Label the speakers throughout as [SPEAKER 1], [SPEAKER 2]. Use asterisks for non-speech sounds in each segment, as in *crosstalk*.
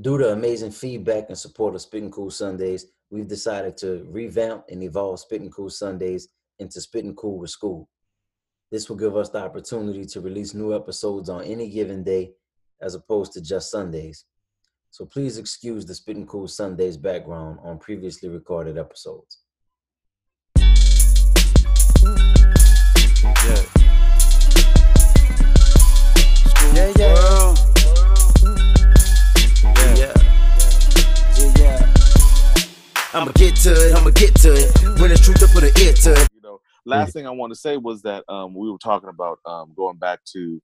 [SPEAKER 1] Due to amazing feedback and support of Spitting Cool Sundays, we've decided to revamp and evolve Spitting Cool Sundays into Spitting Cool with School. This will give us the opportunity to release new episodes on any given day as opposed to just Sundays. So please excuse the Spitting Cool Sundays background on previously recorded episodes.
[SPEAKER 2] Yeah. Yeah, yeah. Yeah.
[SPEAKER 3] I'ma get to it, I'ma get to it. When the truth, I put an ear to it.
[SPEAKER 2] You know, last thing I want to say was that um, we were talking about um, going back to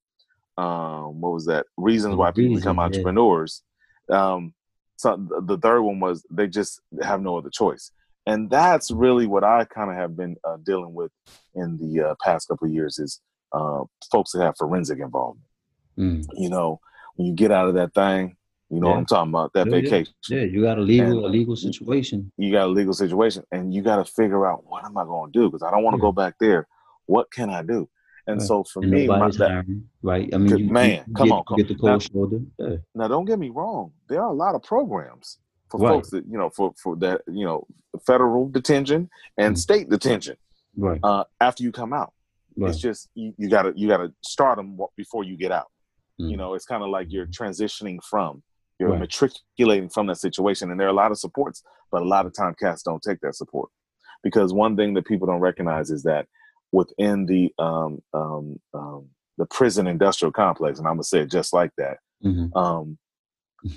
[SPEAKER 2] um, what was that? Reasons
[SPEAKER 4] Oh,
[SPEAKER 2] why people
[SPEAKER 1] Reason,
[SPEAKER 2] become
[SPEAKER 1] yeah.
[SPEAKER 2] entrepreneurs. Um, so th- the third one was they just have no other choice, and that's really what I kind of have been uh, dealing with in the uh, past couple of years is uh, folks that have forensic involvement.
[SPEAKER 4] Mm.
[SPEAKER 2] You know, when you get out of that thing, you know what
[SPEAKER 4] Yeah. Oh,
[SPEAKER 2] I'm talking about that
[SPEAKER 4] Yeah, yeah.
[SPEAKER 2] vacation.
[SPEAKER 4] Yeah, you got a legal a
[SPEAKER 2] And-
[SPEAKER 4] legal situation.
[SPEAKER 2] you got a legal situation and you got to figure out what am I going to do because I don't want to
[SPEAKER 4] Yeah.
[SPEAKER 2] go back there. What can I do? And
[SPEAKER 4] Right.
[SPEAKER 2] so for
[SPEAKER 4] And
[SPEAKER 2] me, my,
[SPEAKER 4] nobody's
[SPEAKER 2] that,
[SPEAKER 4] hiring, right? I mean,
[SPEAKER 2] Good
[SPEAKER 4] you,
[SPEAKER 2] man,
[SPEAKER 4] you
[SPEAKER 2] come
[SPEAKER 4] get,
[SPEAKER 2] on, come
[SPEAKER 4] get the
[SPEAKER 2] on.
[SPEAKER 4] cold
[SPEAKER 2] Now-
[SPEAKER 4] shoulder. Yeah.
[SPEAKER 2] now don't get me wrong, there are a lot of programs for
[SPEAKER 4] Right.
[SPEAKER 2] folks that you know for for that you know federal detention and
[SPEAKER 4] Mm.
[SPEAKER 2] state detention
[SPEAKER 4] Right.
[SPEAKER 2] uh, after you come out.
[SPEAKER 4] Right.
[SPEAKER 2] It's just you, you gotta you gotta start them before you get out. You
[SPEAKER 4] Mm.
[SPEAKER 2] know, it's kind of like you're transitioning from. You're
[SPEAKER 4] Right.
[SPEAKER 2] matriculating from that situation, and there are a lot of supports, but a lot of time cats don't take that support because one thing that people don't recognize is that within the um, um, um, the prison industrial complex, and I'm gonna say it just like that,
[SPEAKER 4] Mhm.
[SPEAKER 2] um,
[SPEAKER 4] *laughs*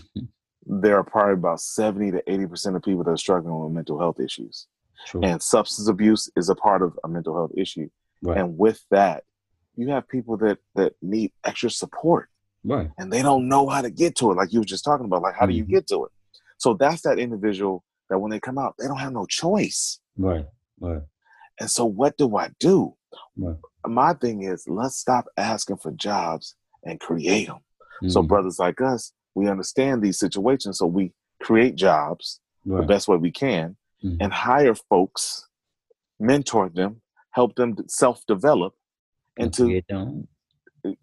[SPEAKER 2] there are probably about seventy to eighty percent of people that are struggling with mental health issues,
[SPEAKER 4] True.
[SPEAKER 2] and substance abuse is a part of a mental health issue
[SPEAKER 4] right.
[SPEAKER 2] and with that you have people that that need extra support
[SPEAKER 4] right.
[SPEAKER 2] and they don't know how to get to it like you were just talking about like how do you
[SPEAKER 4] Mhm.
[SPEAKER 2] get to it so that's that individual that when they come out they don't have no choice
[SPEAKER 4] Right. Right.
[SPEAKER 2] and so what do i do
[SPEAKER 4] Right.
[SPEAKER 2] my thing is let's stop asking for jobs and create them so
[SPEAKER 4] Mhm.
[SPEAKER 2] brothers like us we understand these situations so we create jobs the
[SPEAKER 4] Right.
[SPEAKER 2] best way we can
[SPEAKER 4] Mhm.
[SPEAKER 2] and hire folks mentor them help them self-develop
[SPEAKER 4] Don't
[SPEAKER 2] into
[SPEAKER 4] forget that.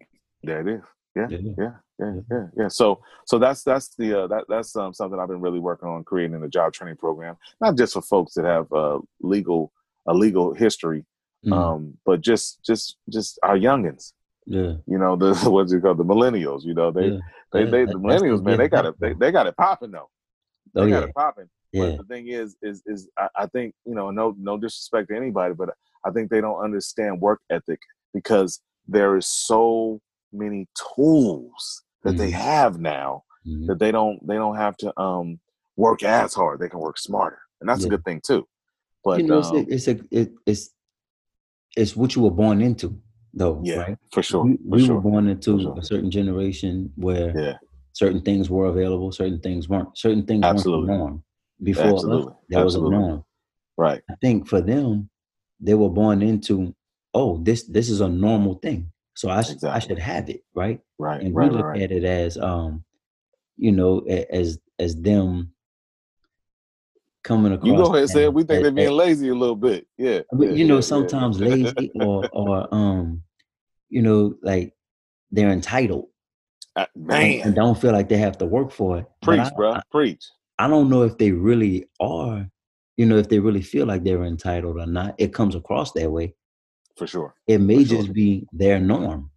[SPEAKER 2] there it is
[SPEAKER 4] Yeah. yeah.
[SPEAKER 2] yeah, yeah,
[SPEAKER 4] Yeah.
[SPEAKER 2] yeah, yeah. So, so that's that's the uh, that that's um, something I've been really working on creating a job training program, not just for folks that have uh, legal a legal history,
[SPEAKER 4] Mhm.
[SPEAKER 2] um, but just just just our youngins.
[SPEAKER 4] yeah.
[SPEAKER 2] You know, the *laughs* what's it called, the millennials. You know, they
[SPEAKER 4] yeah.
[SPEAKER 2] they,
[SPEAKER 4] yeah,
[SPEAKER 2] they the
[SPEAKER 4] that- that's the
[SPEAKER 2] millennials,
[SPEAKER 4] big
[SPEAKER 2] man, they got it they,
[SPEAKER 4] backbone.
[SPEAKER 2] they got it popping though. They
[SPEAKER 4] Oh
[SPEAKER 2] got
[SPEAKER 4] yeah.
[SPEAKER 2] it popping.
[SPEAKER 4] Yeah.
[SPEAKER 2] But the thing is, is is I, I think you know, no no disrespect to anybody, but I think they don't understand work ethic because there is so many tools that they
[SPEAKER 4] Mhm.
[SPEAKER 2] have now
[SPEAKER 4] Mhm.
[SPEAKER 2] that they don't they don't have to um work as hard. They can work smarter, and that's a
[SPEAKER 4] Yeah.
[SPEAKER 2] good thing too. But
[SPEAKER 4] you know, it's
[SPEAKER 2] um,
[SPEAKER 4] a, it's, a, it, it's it's what you were born into, though.
[SPEAKER 2] yeah,
[SPEAKER 4] right?
[SPEAKER 2] for sure,
[SPEAKER 4] we,
[SPEAKER 2] for
[SPEAKER 4] we
[SPEAKER 2] sure.
[SPEAKER 4] were born into
[SPEAKER 2] sure.
[SPEAKER 4] a certain generation where
[SPEAKER 2] Yeah.
[SPEAKER 4] certain things were available, certain things weren't. Certain things
[SPEAKER 2] Absolutely.
[SPEAKER 4] weren't the norm before us,
[SPEAKER 2] Absolutely.
[SPEAKER 4] That was a
[SPEAKER 2] Absolutely.
[SPEAKER 4] norm.
[SPEAKER 2] right,
[SPEAKER 4] I think for them, they were born into, oh, this this is a normal thing, so I sh- I
[SPEAKER 2] Exactly.
[SPEAKER 4] should have it, right?
[SPEAKER 2] right,
[SPEAKER 4] and
[SPEAKER 2] right,
[SPEAKER 4] we
[SPEAKER 2] right,
[SPEAKER 4] look
[SPEAKER 2] right.
[SPEAKER 4] at it as um you know a- as as them coming across
[SPEAKER 2] You go ahead and say it. We think
[SPEAKER 4] as-
[SPEAKER 2] they're being
[SPEAKER 4] as-
[SPEAKER 2] lazy a little bit. Yeah,
[SPEAKER 4] but,
[SPEAKER 2] yeah,
[SPEAKER 4] you know
[SPEAKER 2] yeah, Uh, yeah.
[SPEAKER 4] sometimes
[SPEAKER 2] *laughs*
[SPEAKER 4] lazy or or um you know like they're entitled
[SPEAKER 2] Uh,
[SPEAKER 4] and- and
[SPEAKER 2] man,
[SPEAKER 4] don't feel like they have to work for it But
[SPEAKER 2] preach,
[SPEAKER 4] I,
[SPEAKER 2] bro, preach.
[SPEAKER 4] I don't know if they really are you know if they really feel like they're entitled or not it comes across that way
[SPEAKER 2] For sure,
[SPEAKER 4] it may
[SPEAKER 2] For sure.
[SPEAKER 4] just be their norm,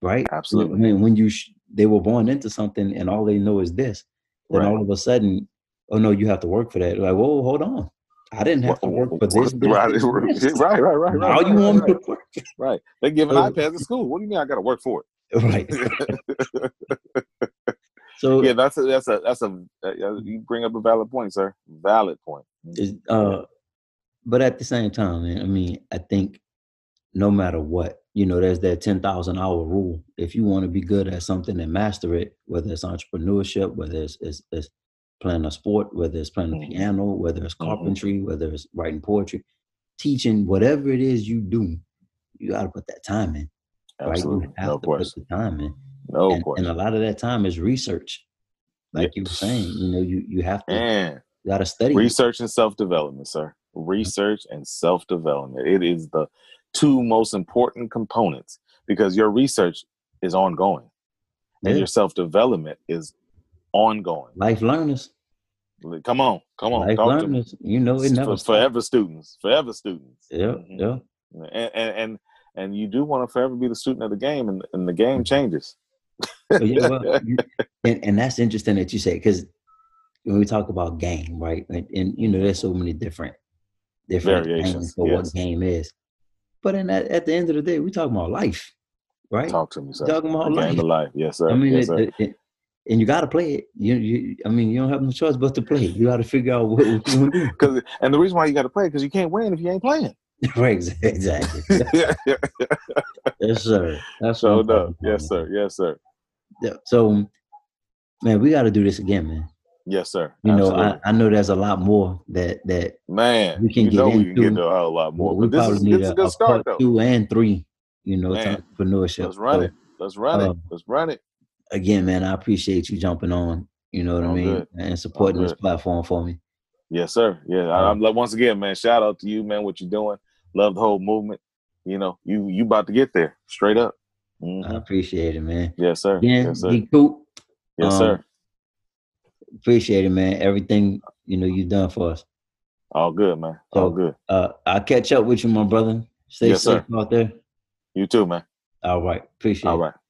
[SPEAKER 4] right?
[SPEAKER 2] Absolutely.
[SPEAKER 4] When, when you sh- they were born into something and all they know is this, then
[SPEAKER 2] Right.
[SPEAKER 4] all of a sudden, oh no, you have to work for that. Like, whoa, hold on, I didn't have to work for this. this,
[SPEAKER 2] right,
[SPEAKER 4] this,
[SPEAKER 2] right,
[SPEAKER 4] this.
[SPEAKER 2] *laughs* right, right, right.
[SPEAKER 4] Now
[SPEAKER 2] right,
[SPEAKER 4] you want
[SPEAKER 2] right,
[SPEAKER 4] me to Oh. work?
[SPEAKER 2] right. They giving
[SPEAKER 4] So-
[SPEAKER 2] iPads at school. What do you mean I got to work for
[SPEAKER 4] Right.
[SPEAKER 2] it?
[SPEAKER 4] *laughs*
[SPEAKER 2] *laughs*
[SPEAKER 4] So
[SPEAKER 2] yeah, that's a, that's a that's a uh, you bring up a valid point, sir. Valid point.
[SPEAKER 4] Is- uh, but at the same time, man, I mean, I think no matter what, you know, there's that 10,000 hour rule. If you want to be good at something and master it, whether it's entrepreneurship, whether it's, it's, it's playing a sport, whether it's playing the
[SPEAKER 2] Mhm.
[SPEAKER 4] piano, whether it's
[SPEAKER 2] Mhm.
[SPEAKER 4] carpentry, whether it's writing poetry, teaching, whatever it is you do, you got to put that time in. Right?
[SPEAKER 2] Absolutely,
[SPEAKER 4] You have
[SPEAKER 2] no
[SPEAKER 4] to put
[SPEAKER 2] question,
[SPEAKER 4] the time in.
[SPEAKER 2] no
[SPEAKER 4] and, and
[SPEAKER 2] question.
[SPEAKER 4] a lot of that time is research. Like you were saying, you know, you, you have to,
[SPEAKER 2] And
[SPEAKER 4] you got to study. it.
[SPEAKER 2] research and self development, sir.
[SPEAKER 4] Mm-hmm.
[SPEAKER 2] Research and self development. It is the two most important components because your research is ongoing and
[SPEAKER 4] Yeah.
[SPEAKER 2] your self development is ongoing.
[SPEAKER 4] Life learners.
[SPEAKER 2] Come on, come on,
[SPEAKER 4] Life
[SPEAKER 2] talk to me.
[SPEAKER 4] learners. You know it
[SPEAKER 2] For-
[SPEAKER 4] never. stops.
[SPEAKER 2] forever students, forever students.
[SPEAKER 4] Yeah,
[SPEAKER 2] Mhm.
[SPEAKER 4] yeah.
[SPEAKER 2] and and and, and you do want to forever be the student of the game, and, and the game changes.
[SPEAKER 4] But yeah, well, you- and, and that's interesting that you say because when we talk about game, right? And, and you know, there's so many different different
[SPEAKER 2] Variations,
[SPEAKER 4] names for
[SPEAKER 2] yes.
[SPEAKER 4] what game is. But in that, at the end of the day, we talking about life, right?
[SPEAKER 2] Talk to me, sir.
[SPEAKER 4] Talking about
[SPEAKER 2] The game
[SPEAKER 4] life.
[SPEAKER 2] of life, yes, sir.
[SPEAKER 4] I mean,
[SPEAKER 2] yes,
[SPEAKER 4] it-
[SPEAKER 2] sir.
[SPEAKER 4] it- it- and you got to play it. You, you, I mean, you don't have no choice but to play. it. You got to figure out what, what you want to do. *laughs*
[SPEAKER 2] Cause, and the reason why you got to play because you can't win if you ain't playing. *laughs*
[SPEAKER 4] right? exa- Exactly. yes, sir. That's what
[SPEAKER 2] so
[SPEAKER 4] I'm
[SPEAKER 2] no,
[SPEAKER 4] talking about,
[SPEAKER 2] yes, sir, yes, sir,
[SPEAKER 4] man. Yeah, So, man, we got to do this again, man.
[SPEAKER 2] yes, sir.
[SPEAKER 4] You know, I,
[SPEAKER 2] Absolutely.
[SPEAKER 4] I know there's a lot more that that
[SPEAKER 2] man,
[SPEAKER 4] we can
[SPEAKER 2] you
[SPEAKER 4] get
[SPEAKER 2] know we can get
[SPEAKER 4] into-
[SPEAKER 2] to a whole lot more.
[SPEAKER 4] we
[SPEAKER 2] But this
[SPEAKER 4] probably
[SPEAKER 2] is,
[SPEAKER 4] need
[SPEAKER 2] this is
[SPEAKER 4] a,
[SPEAKER 2] a good
[SPEAKER 4] a
[SPEAKER 2] start,
[SPEAKER 4] part
[SPEAKER 2] though.
[SPEAKER 4] two and three. You know, to
[SPEAKER 2] Man,
[SPEAKER 4] entrepreneurship.
[SPEAKER 2] Let's run
[SPEAKER 4] So,
[SPEAKER 2] it. Let's run it.
[SPEAKER 4] um,
[SPEAKER 2] Let's run it.
[SPEAKER 4] again, man, I appreciate you jumping on. You know what I
[SPEAKER 2] All
[SPEAKER 4] mean,
[SPEAKER 2] good.
[SPEAKER 4] and supporting this
[SPEAKER 2] good.
[SPEAKER 4] platform for me.
[SPEAKER 2] Yes, sir. Yeah. I, I'm like once again, man. Shout out to you, man. What you doing? Love the whole movement. You know, you you about to get there, straight up. Mhm.
[SPEAKER 4] I appreciate it, man.
[SPEAKER 2] yes, sir.
[SPEAKER 4] Again,
[SPEAKER 2] yes, sir.
[SPEAKER 4] be cool.
[SPEAKER 2] yes,
[SPEAKER 4] um,
[SPEAKER 2] sir.
[SPEAKER 4] Appreciate it, man. Everything you know you've done for us.
[SPEAKER 2] All good, man.
[SPEAKER 4] so-
[SPEAKER 2] All good.
[SPEAKER 4] Uh, I'll catch up with you, my brother. Stay
[SPEAKER 2] Yes,
[SPEAKER 4] safe
[SPEAKER 2] sir.
[SPEAKER 4] out there.
[SPEAKER 2] You too, man.
[SPEAKER 4] All right, appreciate
[SPEAKER 2] All
[SPEAKER 4] it.
[SPEAKER 2] right.